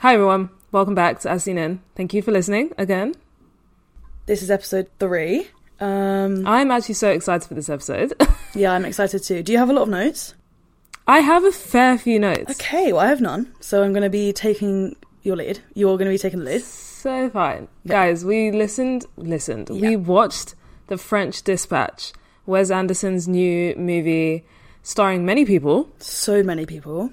Hi everyone, welcome back to As Seen In. Thank you for listening again. This is episode three. Um, I'm actually so excited for this episode. yeah, I'm excited too. Do you have a lot of notes? I have a fair few notes. Okay, well, I have none. So I'm going to be taking your lead. You're going to be taking the lead. So fine. Guys, we listened, listened. Yeah. We watched The French Dispatch, Wes Anderson's new movie starring many people. So many people.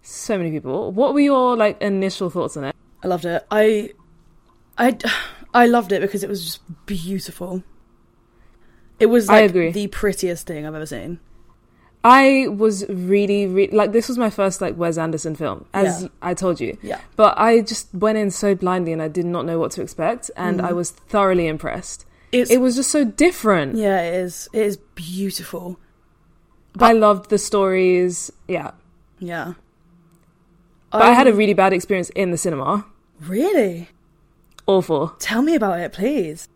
So many people. What were your like initial thoughts on it? I loved it. I, I, I loved it because it was just beautiful. It was I like agree. the prettiest thing I've ever seen. I was really, re like this was my first like Wes Anderson film, as Yeah. I told you. Yeah. But I just went in so blindly and I did not know what to expect, and Mm-hmm. I was thoroughly impressed. It's, It was just so different. yeah, it is. It is beautiful. I loved the stories. Yeah. Yeah. Um, But I had a really bad experience in the cinema. Really? Awful. Tell me about it, please.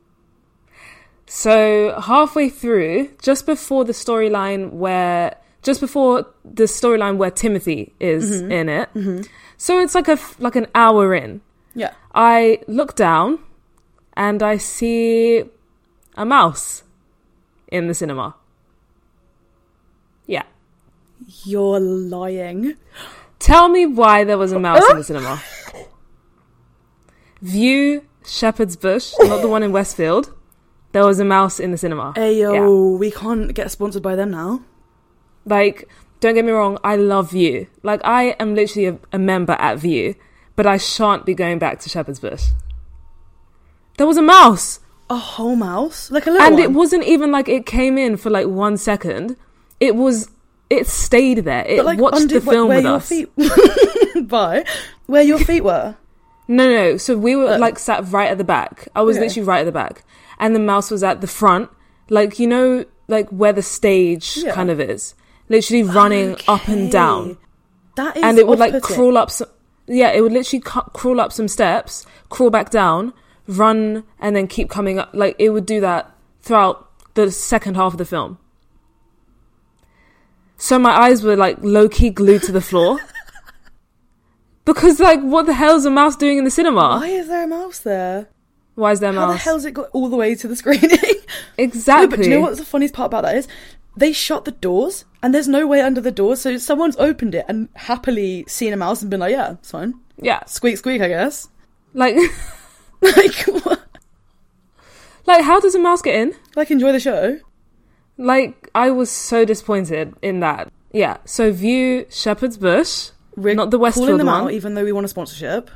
So, halfway through, just before the storyline where, just before the storyline where Timothy is Mm-hmm. in it, so it's like a, f- like an hour in, Yeah. I look down and I see a mouse in the cinema. Yeah. You're lying. Tell me why there was a mouse in the cinema. View Shepherd's Bush, not the one in Westfield. There was a mouse in the cinema. Yeah. Ayo, we can't get sponsored by them now. Like, don't get me wrong, I love View. Like, I am literally a, a member at View, but I shan't be going back to Shepherd's Bush. There was a mouse, A whole mouse? Like a little and one? it wasn't even like it came in for like one second. It was, it stayed there. It But, like, watched under- the film where with your us. Feet, by where your feet were. No, no. So we were Oh. like sat right at the back. I was Okay. literally right at the back, and the mouse was at the front, like you know, like where the stage Yeah. kind of is, literally running up and down, Okay. That is and it would like off-putting. crawl up. Some, yeah, it would literally cu- crawl up some steps, crawl back down, run, and then keep coming up. Like it would do that throughout the second half of the film. So my eyes were like low key glued to the floor. Because like, what the hell's a mouse doing in the cinema? Why is there a mouse there? Why is there a How the mouse? hell's it got all the way to the screening? exactly. no, but do you know what's the funniest part about that is? They shut the doors, and there's no way under the doors, so someone's opened it and happily seen a mouse and been like, "Yeah, it's fine." Yeah, Squeak, squeak, I guess. like, Like, what? like how does a mouse get in? like enjoy the show. Like, I was so disappointed in that. Yeah. So view Shepherd's Bush, We're not the calling Westfield them one, out, even though we want a sponsorship.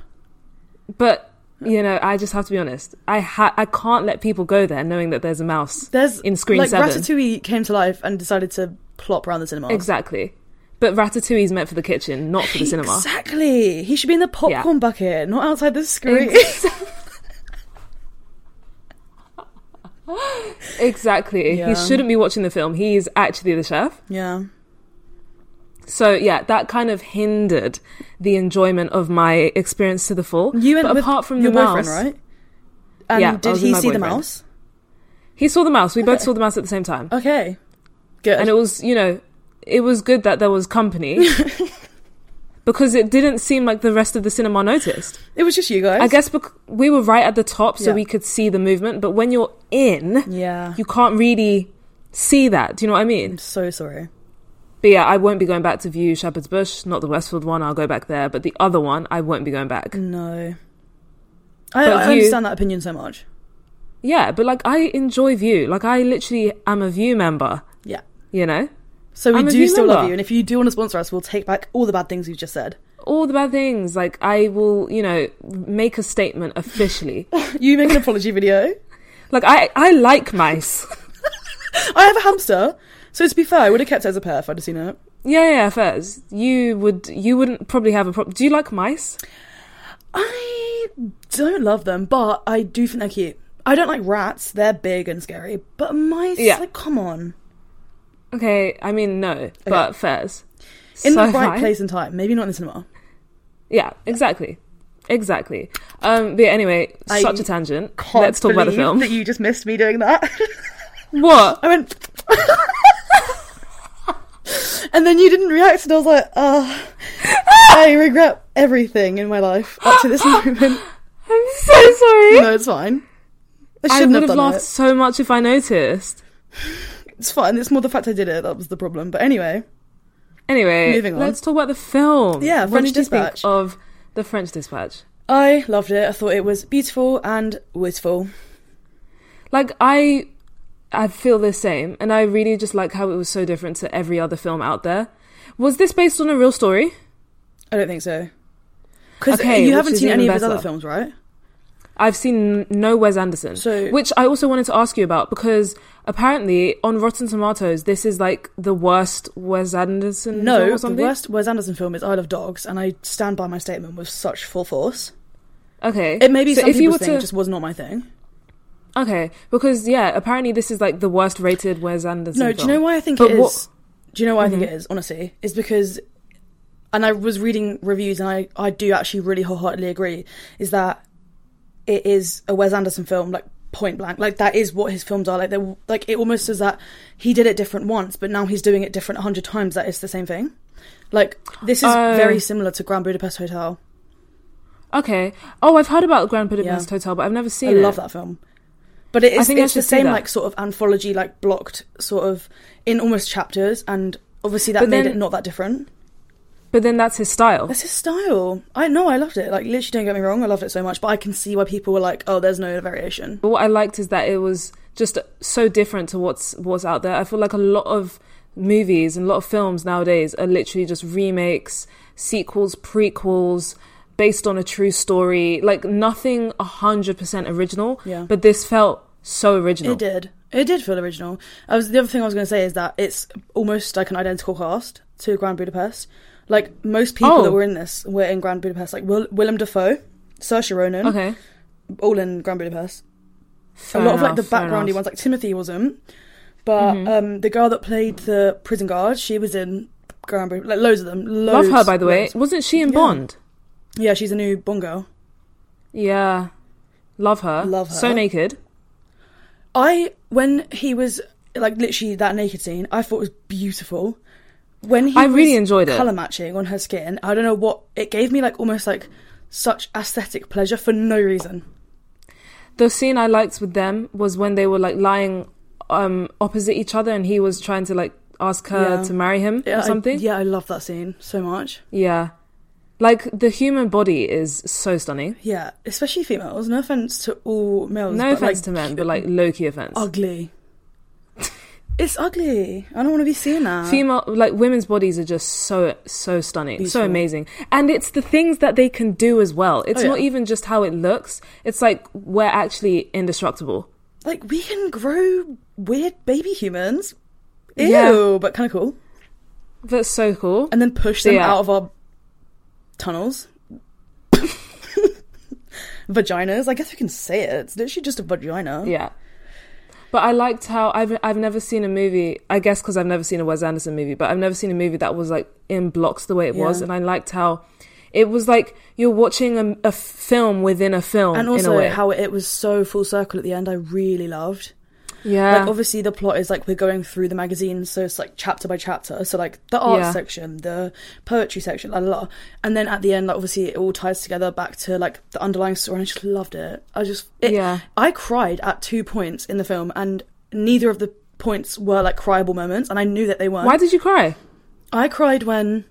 but you know, I just have to be honest. I ha- I can't let people go there knowing that there's a mouse There's in Screen like Seven. Ratatouille came to life and decided to plop around the cinema. Exactly. But Ratatouille is meant for the kitchen, not for the cinema. Exactly. He should be in the popcorn Yeah. bucket, not outside the screen. exactly. Yeah. He shouldn't be watching the film. He is actually the chef. yeah. So yeah, that kind of hindered the enjoyment of my experience to the full. You went but with apart from your the mouse, boyfriend, right? And Yeah, I did was with he my see the boyfriend. mouse? He saw the mouse. We both saw the mouse at the same time, Okay. Good. and it was you know, it was good that there was company because it didn't seem like the rest of the cinema noticed. it was just you guys. I guess bec- we were right at the top, so Yeah. we could see the movement. But when you're in, Yeah. Mm. you can't really see that. Do you know what I mean? so sorry. But yeah, I won't be going back to view Shepherd's Bush, not the Westfield one. I'll go back there, but the other one, I won't be going back. No. I, But I you- understand that opinion so much. Yeah, but like I enjoy View. Like I literally am a View member, Yeah. you know? So we I'm a do view still love member. you, and if you do want to sponsor us, we'll take back all the bad things we've just said. All the bad things. Like I will, you know, make a statement officially. You make an apology video. like I I like mice. I have a hamster, so to be fair, I would have kept it as a pair if I'd have seen it. Yeah, yeah, Fez. You would you wouldn't probably have a problem. Do you like mice? I don't love them, but I do think they're cute. I don't like rats; they're big and scary. But mice, Yeah. like, come on, Okay, I mean no, but Fez. in So the right fine. place and time. Maybe not in the cinema. Yeah, exactly. Exactly. Um but yeah, anyway, I such a tangent. Can't Let's talk about the believe film. That you just missed me doing that. what? I went, and then you didn't react, and I was like, ah, I regret everything in my life up to this moment. I'm so sorry. No, it's fine. I I shouldn't would have have done laughed it. so much if I noticed. It's fine. It's more the fact I did it that was the problem. But anyway, Anyway, Moving on. let's talk about the film. Yeah, what French did you Dispatch. think of the French Dispatch? I loved it. I thought it was beautiful and wistful. Like I, I feel the same, and I really just like how it was so different to every other film out there. Was this based on a real story? I don't think so. Because Okay, you which haven't is seen even any of his better. other films, right? I've seen no Wes Anderson, So- which I also wanted to ask you about because apparently on Rotten Tomatoes, this is like the worst Wes Anderson. film No, or the something? worst Wes Anderson film is I Love Dogs, and I stand by my statement with such full force. Okay, It may be So some if you people's were thing, to- just was not my thing. okay because yeah, apparently this is like the worst rated Wes Anderson. No, do you know why I think But it is? what- Mm-hmm. Do you know why I think it is? Honestly, is because, and I was reading reviews, and I I do actually really wholeheartedly agree, is that it is a Wes Anderson film, like point blank, like that is what his films are. Like they are like it almost is that he did it different once, but now he's doing it different a hundred times. That is the same thing. Like this is Oh. very similar to Grand Budapest Hotel. Okay. Oh, I've heard about Grand Budapest Yeah. Hotel, but I've never seen I it. love that film. But it I is think I it's the should see same that. like sort of anthology, like blocked sort of in almost chapters, and obviously that But made then- it not that different. But then that's his style. That's his style. I know I loved it. Like literally, don't get me wrong, I loved it so much. But I can see why people were like, "Oh, there's no variation." But what I liked is that it was just so different to what's what's out there. I feel like a lot of movies and a lot of films nowadays are literally just remakes, sequels, prequels based on a true story. Like nothing 100% original, Yeah. but this felt so original. It did. It did feel original. I was the other thing I was going to say is that it's almost like an identical cast to Grand Budapest. Like most people Oh. that were in this were in Grand Budapest. Like Will- Willem Dafoe, Saoirse Ronan, Okay. all in Grand Budapest. Fair a lot of like the enough, fair backgroundy enough. Mm-hmm. ones, like Timothy wasn't, but um, the girl that played the prison guard, she was in Grand Budapest. Like loads of them. Love Loads, her by the way. loads. Wasn't she in Yeah. Bond? Yeah, she's a new Bond girl. Yeah. Love her. Love her. So naked. I when he was like literally that naked scene, I thought was beautiful. When he I really was enjoyed it. color matching on her skin. I don't know what it gave me like almost like such aesthetic pleasure for no reason. the scene I liked with them was when they were like lying um opposite each other and he was trying to like ask her Yeah. to marry him Yeah, or I- something. yeah. yeah, I love that scene so much. Like the human body is so stunning. Yeah, especially females. No offense to all males. No but, offense like, to Oh, men, but like low key offense. ugly. it's ugly. I don't want to be seeing that. Female like women's bodies are just so so stunning, Beautiful. so amazing. And it's the things that they can do as well. It's Oh, not yeah. even just how it looks. It's like we're actually indestructible. like we can grow weird baby humans. Ew, Yeah. but kind of cool. That's so cool. and then push So, them yeah. out of our tunnels. Vaginas. I guess we can say it. It's literally just a vagina. Yeah. But I liked how I've I've never seen a movie. I guess because I've never seen a Wes Anderson movie, but I've never seen a movie that was like in blocks the way it was, Yeah. and I liked how it was like you're watching a, a film within a film And in a way. also how it was so full circle at the end. I really loved. yeah, Like obviously the plot is like we're going through the magazine, so it's like chapter by chapter. So like the art Yeah. section, the poetry section, la la la. And then at the end, like obviously it all ties together back to like the underlying story. And I just loved it. I just it, Yeah. I cried at two points in the film, and neither of the points were like cryable moments, and I knew that they weren't. why did you cry? I cried when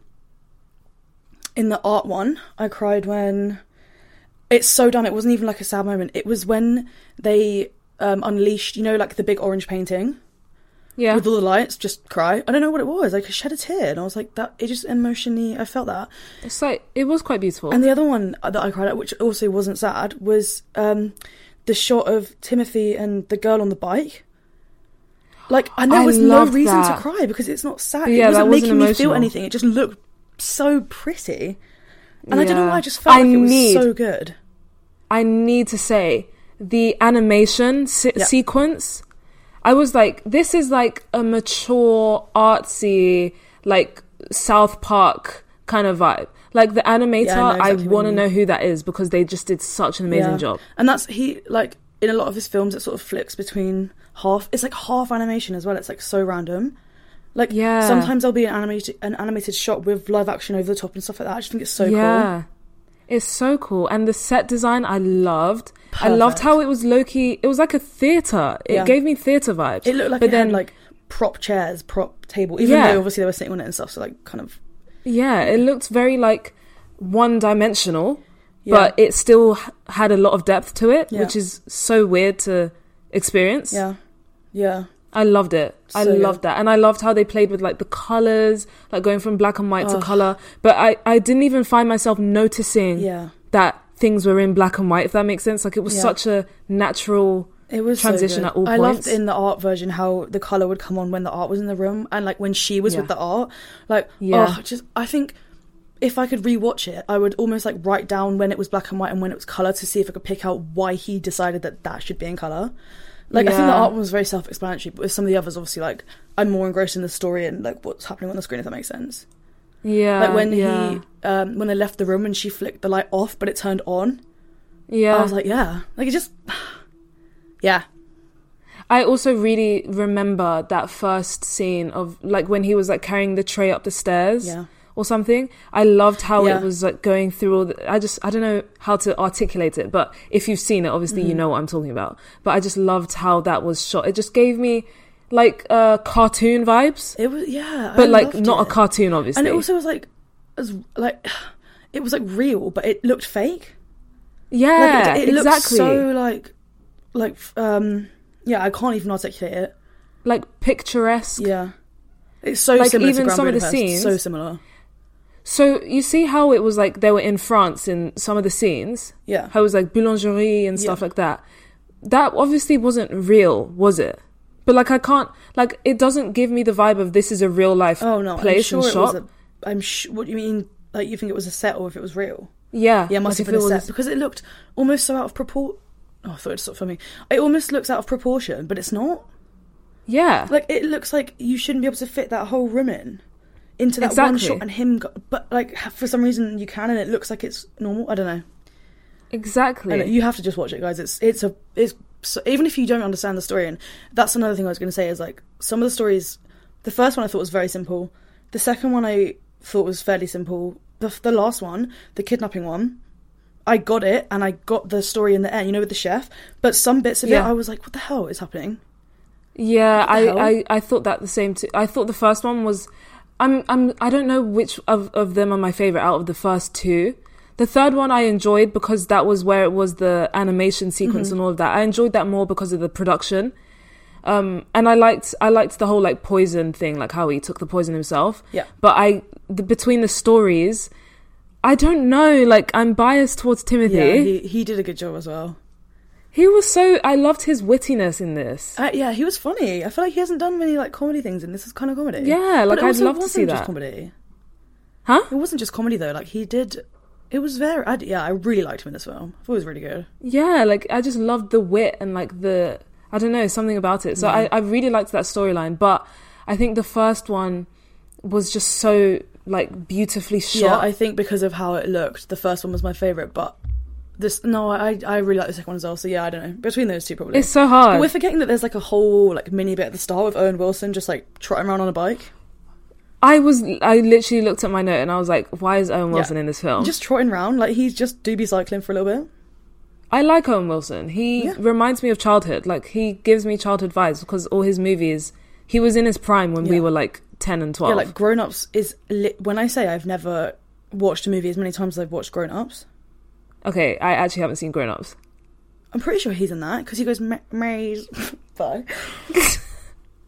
in the art one. I cried when it's so done. It wasn't even like a sad moment. It was when they um, unleashed, you know, like the big orange painting Yeah, with all Oh, the lights. Just cry. I don't know what it was. Like I shed a tear, and I was like, that. It just emotionally, I felt that. it's like it was quite beautiful. And the other one that I cried at, which also wasn't sad, was um, the shot of Timothy and the girl on the bike. Like I know I there's no love reason that. to cry because it's not sad. Yeah, it wasn't that wasn't making me feel emotional. anything. It just looked so pretty, and I don't know Yeah. why. I just felt I like it was need- so good. I need to say the animation se- Yeah. sequence. I was like, this is like a mature, artsy, like South Park kind of vibe. Like the animator, Yeah, I know I, exactly what you want to mean. know who that is because they just did such an amazing Yeah. job. And that's he like in a lot of his films it sort of flips between half it's like half animation as well. It's like so random. Like Yeah. sometimes there'll be an animated an animated shot with live action over the top and stuff like that. I just think it's so cool. yeah. It's so cool. And the set design I loved. I loved Perfect. how it was low key. It was like a theater. It Yeah. gave me theater vibes. It looked like but it then had like prop chairs, prop table, even Yeah. though obviously they were sitting on it and stuff, so like kind of Yeah, it looked very like one dimensional, Yeah. but it still h- had a lot of depth to it, Yeah. which is so weird to experience. Yeah. Yeah. I loved it. I So good. loved that. And I loved how they played with like the colors, like going from black and white to color. But I, I didn't even find myself noticing Yeah. that things were in black and white, if that makes sense. Like it was Yeah. such a natural. It was so transition good. at all I points. loved in the art version how the color would come on when the art was in the room, and like when she was Yeah. with the art, like Yeah. oh, just I think if I could rewatch it, I would almost like write down when it was black and white and when it was color to see if I could pick out why he decided that that should be in color. Like I think the Yeah. art one was very self-explanatory, but with some of the others, obviously, like I'm more engrossed in the story and like what's happening on the screen. If that makes sense. Yeah. Like when Uh, yeah, he um, when they left the room and she flicked the light off, but it turned on. Yeah. I was like, yeah, like it just, yeah, I also really remember that first scene of like when he was like carrying the tray up the stairs Yeah. or something. I loved how Yeah. it was like going through all the. I just, I don't know how to articulate it, but if you've seen it, obviously Mm-hmm. you know what I'm talking about. But I just loved how that was shot. It just gave me like uh, cartoon vibes, it was yeah, I but like loved not a it. cartoon, obviously. and it also was like as like it was like real but it looked fake yeah, like, it, it looked exactly. so like like um yeah i can't even articulate it like picturesque. yeah it's so Like, similar even to Grand some of the Budapest. scenes- so similar So you see how it was like they were in France in some of the scenes. Yeah. How it was like boulangerie and stuff Yeah. like that. That obviously wasn't real, was it? But like I can't like it doesn't give me the vibe of this is a real life oh no place i'm sure and it was shop. a, i'm sh- what do you mean like you think it was a set or if it was real yeah. yeah it must like, have been if a it set was- because it looked almost so out of proportion oh i thought it stopped filming it almost looks out of proportion but it's not Yeah. Like it looks like you shouldn't be able to fit that whole room in into that one Exactly. shot and him go- but like for some reason you can and it looks like it's normal. I don't know. I exactly. don't know. You have to just watch it guys. It's it's a it's so, even if you don't understand the story and that's another thing I was going to say is like some of the stories the first one I thought was very simple. The second one I thought was fairly simple. The the last one, the kidnapping one, I got it and I got the story in the end, you know with the chef, but some bits of Yeah. it I was like what the hell is happening? Yeah, the hell? I, I, I thought that the same too. I thought the first one was, I'm I'm I don't know which of, of them are my favorite out of the first two. The third one I enjoyed because that was where it was the animation Mm-hmm. sequence and all of that. I enjoyed that more because of the production. Um, and I liked I liked the whole like poison thing, like how he took the poison himself. Yeah. But I the, between the stories, I don't know. Like I'm biased towards Timothy. Yeah, he, he, he did a good job as well. was so I loved his wittiness in this. Uh, yeah, he was funny. I feel like he hasn't done many like comedy things, and this is kind of comedy. Yeah, like, it I'd also love to wasn't see just that. Comedy. Huh? It wasn't just comedy though. Like he did, it was very. I, yeah, I really liked him in this film. I thought it was really good. yeah like i just loved the wit and like the i don't know something about it so I, Mm-hmm. I really liked that storyline but i think the first one was just so like beautifully Yeah, shot I think because of how it looked, the first one was my favorite, but this no, I I really like the second one as well. So yeah, I don't know between those two probably. it's so but we're hard forgetting that there's like a whole like mini bit at the start with Owen Wilson just like trotting around on a bike, i was i literally looked at my note and i was like why is owen wilson in this film just trotting around like he's just do be cycling for a little bit. i like owen wilson he Yeah. reminds me of childhood like he gives me childhood vibes because all his movies he was in his prime when we Yeah. were like 10 and 12 Yeah, like Grown Ups is li- when I say I've never watched a movie as many times as I've watched Grown Ups. okay i actually haven't seen grown-ups I'm pretty sure he's in that because he goes "Ma- Mary's bye.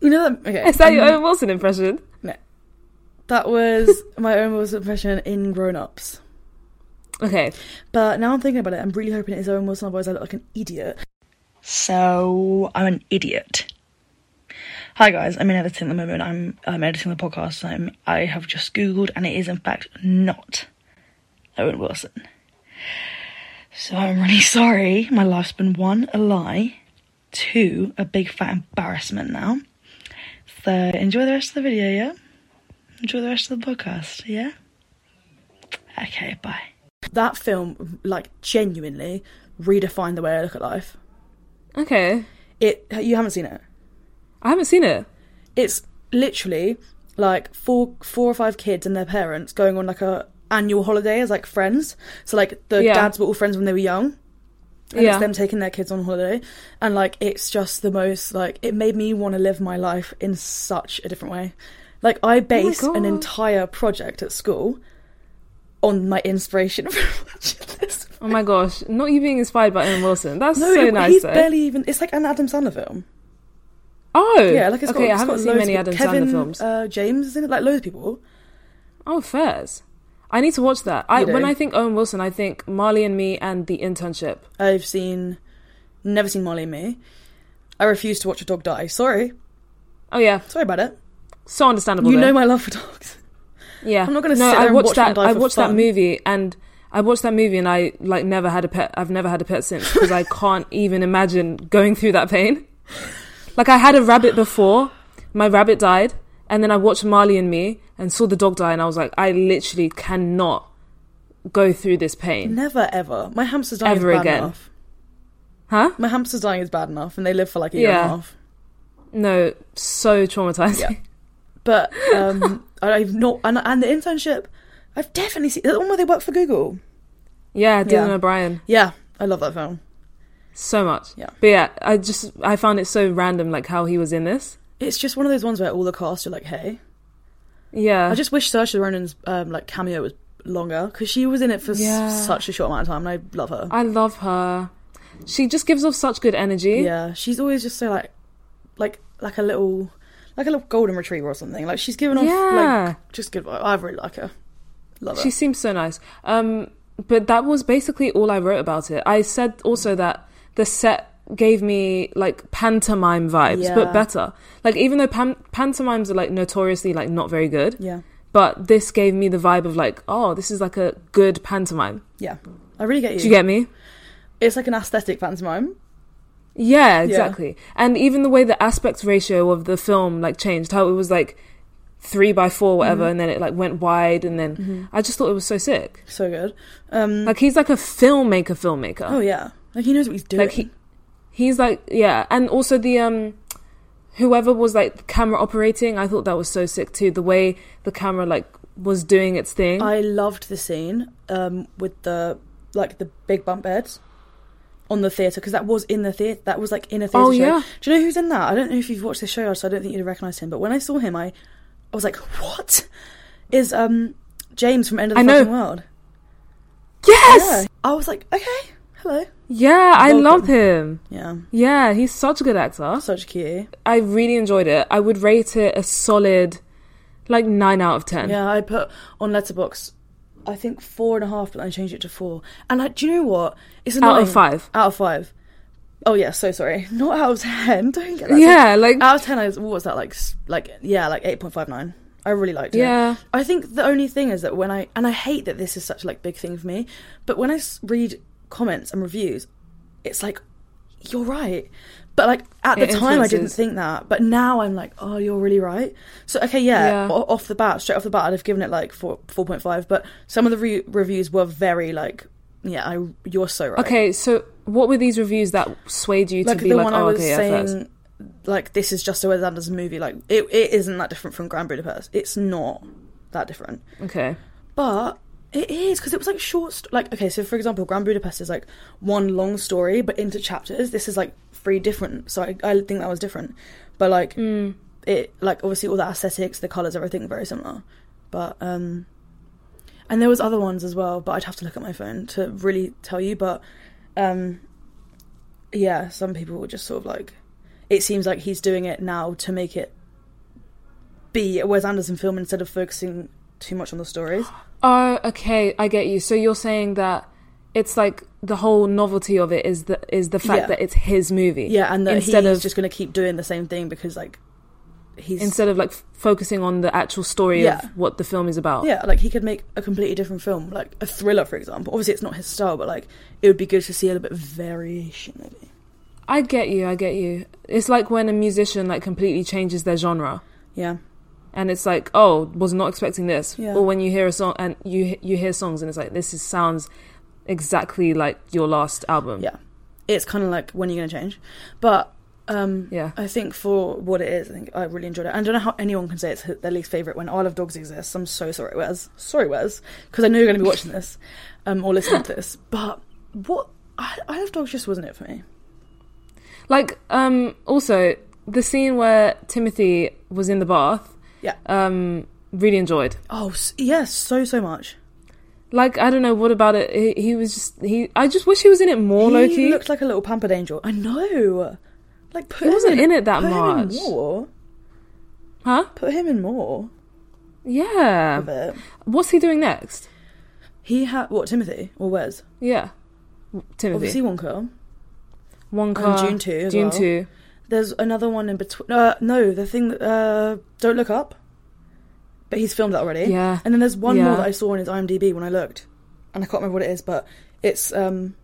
you know that? Okay, is that your um, owen wilson impression no. That was my own Wilson impression in Grown Ups. okay But now I'm thinking about it, I'm really hoping it is Owen Wilson, otherwise I look like an idiot. So I'm an idiot. Hi guys, I'm in editing at the moment. I'm um, editing the podcast. I'm I have just googled, and it is in fact not Owen Wilson. So I'm really sorry. My life's been one a lie, two a big fat embarrassment now. So enjoy the rest of the video, yeah. Enjoy the rest of the podcast, yeah. Okay, bye. That film, like, genuinely redefined the way I look at life. Okay. It you haven't seen it. I haven't seen it. It's literally like four four or five kids and their parents going on like a annual holiday as like friends. So like the Yeah. dads were all friends when they were young. And Yeah. it's them taking their kids on holiday. And like it's just the most like it made me want to live my life in such a different way. Like I based an Oh God. entire project at school on my inspiration from watching this. Oh my gosh. Not you being inspired by Owen Wilson. That's No, so it- nice he's though. barely even. It's like an Adam Sandler film. Oh. Yeah, like it's okay, got, I it's haven't got seen loads many of Adam people. Kevin, Sandler films. Uh, James is in it, like loads of people. oh, fairs. I need to watch that. I You do. when I think Owen Wilson, I think Marley and Me and The Internship. I've seen, never seen Molly and Me. I refuse to watch a dog die. Sorry, Oh yeah, sorry about it. so understandable. you though. know my love for dogs. Yeah, I'm not gonna No, sit there I and watched watch them that. die I for watched that fun. movie, and I watched that movie, and I like never had a pet. I've never had a pet since because I can't even imagine going through that pain. Like I had a rabbit before, my rabbit died, and then I watched Marley and Me and saw the dog die, and I was like, I literally cannot go through this pain, Never ever. My hamster's dying Ever is bad again. enough. huh? My hamster's dying is bad enough, and they live for like a year Yeah. and a half. No, so traumatizing. Yeah. But um, I've not, and, and the internship, I've definitely seen. The one where they work for Google. Yeah, Dylan Yeah. O'Brien, Yeah, I love that film. so much. Yeah. but yeah, I just I found it so random, like how he was in this. It's just one of those ones where all the cast are like, "Hey." Yeah, I just wish Saoirse Ronan's um, like cameo was longer because she was in it for s- Yeah. such a short amount of time, and I love her. I love her. She just gives off such good energy. Yeah, she's always just so like, like like a little, like a little golden retriever or something. Like she's giving off Yeah. like just good. vibe. I really like her. Love She her. seems so nice. Um, but that was basically all I wrote about it. I said also that the set gave me like pantomime vibes, Yeah. but better. Like even though pan- pantomimes are like notoriously like not very good, Yeah, but this gave me the vibe of like, oh, this is like a good pantomime. yeah. I really get you. Do you get me? it's like an aesthetic pantomime. Yeah, exactly. And even the way the aspect ratio of the film like changed, how it was like three by four, whatever, and then it like went wide, and then I just thought it was so sick. So good. Um. Like he's like a filmmaker, filmmaker. oh yeah. Like he knows what he's doing. like he, he's like yeah, and also the um, whoever was like camera operating, I thought that was so sick too. The way the camera like was doing its thing. I loved the scene um with the like the big bump beds on the theater because that was in the theater. That was like in a theater Oh, show. yeah. Do you know who's in that? I don't know if you've watched this show, so I don't think you'd recognize him. But when I saw him, I I was like, what is um James from End of the I know. Fucking World? yes, I was like, okay, hello. yeah, I Welcome. love him. Yeah, Yeah, he's such a good actor. such cute. I really enjoyed it. I would rate it a solid, like nine out of ten. Yeah, I put on Letterbox. I think four and a half, but I changed it to four. And I, do you know what? It's Out of annoying. five. Out of five. Oh yeah, so sorry. Not out of ten. Don't get that. Yeah, like- out of ten. I was, what was that like? s- Like yeah, like eight point five nine. I really liked it. Yeah. I think the only thing is that when I and I hate that this is such like big thing for me, but when I s- read comments and reviews, it's like you're right. But like at the It time, I didn't influences. think that. But now I'm like, oh, you're really right. So okay, yeah, Yeah. o- off the bat, straight off the bat, I'd have given it like four four point five. But some of the re- reviews were very like, yeah, I you're so right. Okay, so what were these reviews that swayed you like to be the like, one I oh, was okay, yeah, saying, first? like this is just a Wes Anderson movie. Like it, it isn't that different from Grand Budapest. It's not that different, Okay. but it is because it was like short. St- like okay, so for example, Grand Budapest is like one long story but into chapters. This is like three different. So I, I think that was different, but like it, like obviously all the aesthetics, the colors, everything very similar, but um. And there was other ones as well, but I'd have to look at my phone to really tell you. But um, yeah, some people were just sort of like, it seems like he's doing it now to make it be a Wes Anderson film instead of focusing too much on the stories. Oh, okay, I get you. So you're saying that it's like the whole novelty of it is the is the fact Yeah. that it's his movie. Yeah, and that instead he's of just going to keep doing the same thing because like he's instead of like f- focusing on the actual story Yeah. of what the film is about. yeah, like he could make a completely different film, like a thriller, for example. Obviously, it's not his style, but like it would be good to see a little bit of variation, maybe. I get you. I get you. It's like when a musician like completely changes their genre. Yeah, and it's like oh was not expecting this Yeah. or when you hear a song and you you hear songs and it's like this is, sounds exactly like your last album yeah. It's kind of like when you're going to change, but um, yeah I think for what it is, I think I really enjoyed it. I don't know how anyone can say it's their least favorite when I Love Dogs exists. I'm so sorry, Wes. Sorry, Wes, because I know you're going to be watching this um, or listening to this. But what I, I Love Dogs just wasn't it for me. like um also the scene where timothy was in the bath Yeah. um really enjoyed Oh s- yes, so so much. like i don't know what about it he, he was just he i just wish he was in it more He loki looked like a little pampered angel. I know. Like put He wasn't him in it that put Him much. in more. huh Put him in more of yeah it. what's he doing next He had what Timothy or Wes? yeah Obviously timothy Wonka. wonka Dune 2 as dune well. 2 There's another one in between. Uh, no, the thing that uh, don't look up. But he's filmed that already. Yeah. And then there's one Yeah. more that I saw on his IMDb when I looked, and I can't remember what it is, but it's um,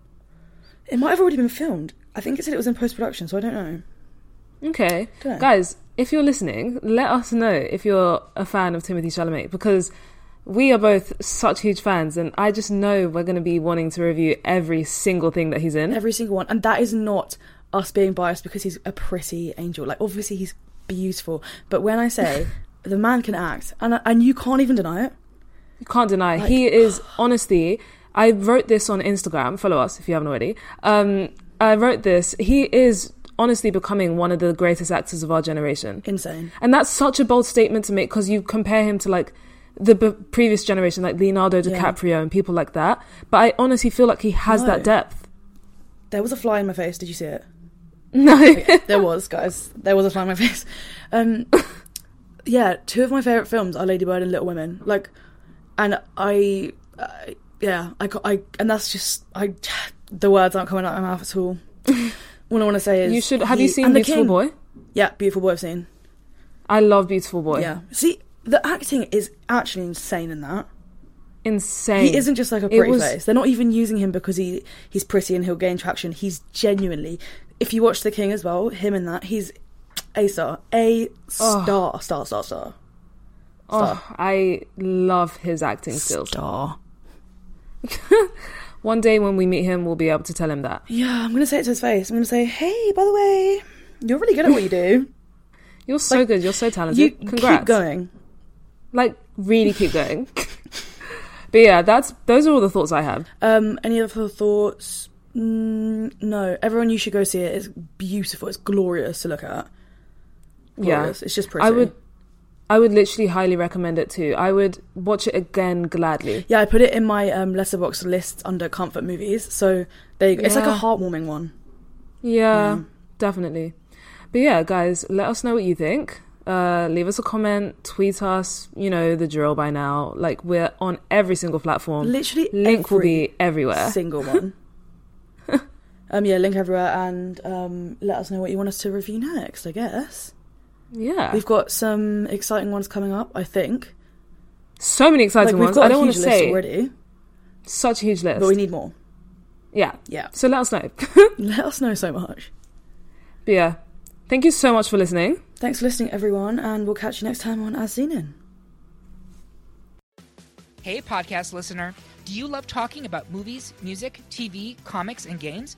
it might have already been filmed. I think it said it was in post production, so I don't know. Okay. Don't know. Guys, if you're listening, let us know if you're a fan of Timothy Chalamet because we are both such huge fans and I just know we're going to be wanting to review every single thing that he's in. Every single one, and that is not us being biased because he's a pretty angel. Like obviously he's beautiful, but when I say the man can act, and and you can't even deny it. you can't deny. he is honestly, I wrote this on Instagram, follow us if you haven't already. Um I wrote this. He is honestly becoming one of the greatest actors of our generation. Insane. And that's such a bold statement to make because you compare him to like the b- previous generation, like Leonardo Yeah. DiCaprio and people like that. But I honestly feel like he has No. that depth. There was a fly in my face. Did you see it? No. Yeah, there was, guys. There was a fly in my face. Um, yeah, two of my favorite films are Lady Bird and Little Women. Like, and I, I yeah, I, ca- I, and that's just I. The words aren't coming out of my mouth at all. all I want to say is you should. Have he- you seen and the Beautiful King. Boy? Yeah, Beautiful Boy. I've seen. I love Beautiful Boy. Yeah. See, the acting is actually insane in that. Insane. He isn't just like a Mm. It pretty was- face. They're not even using him because he he's pretty and he'll gain traction. He's genuinely. If you watch The King as well, him in that, he's a star, Ah. a star, star, star, star, Oh, I love his acting skills. star. One day when we meet him, we'll be able to tell him that. Yeah, I'm gonna say it to his face. I'm gonna say, hey, by the way, you're really good at what you do. You're so good. You're so talented. you Congrats. keep going. Like really keep going. but yeah, that's those are all the thoughts I have. Um, any other thoughts? Mm, no, everyone, you should go see it. It's beautiful. It's glorious to look at. Glorious. it's just pretty. I would I would literally highly recommend it too. I would watch it again gladly. Yeah, I put it in my um, letterbox list under comfort movies. So there you go. It's like a Yeah. heartwarming one. Yeah, definitely. But yeah, guys, let us know what you think. Uh, leave us a comment, tweet us, you know, the drill by now. Like, we're on every single platform. Literally, Link will every be everywhere. single one. um, yeah, link everywhere, and um, let us know what you want us to review next. I guess Yeah. we've got some exciting ones coming up. I think. so many Like exciting we've ones. got I a don't want huge to list say already, such a huge list. but we need more. yeah. Yeah, So let us know. let us know so much. but yeah, thank you so much for listening. Thanks for listening, everyone, and we'll catch you next time on As Seen In. Hey, podcast listener. Do you love talking about movies, music, TV, comics, and games?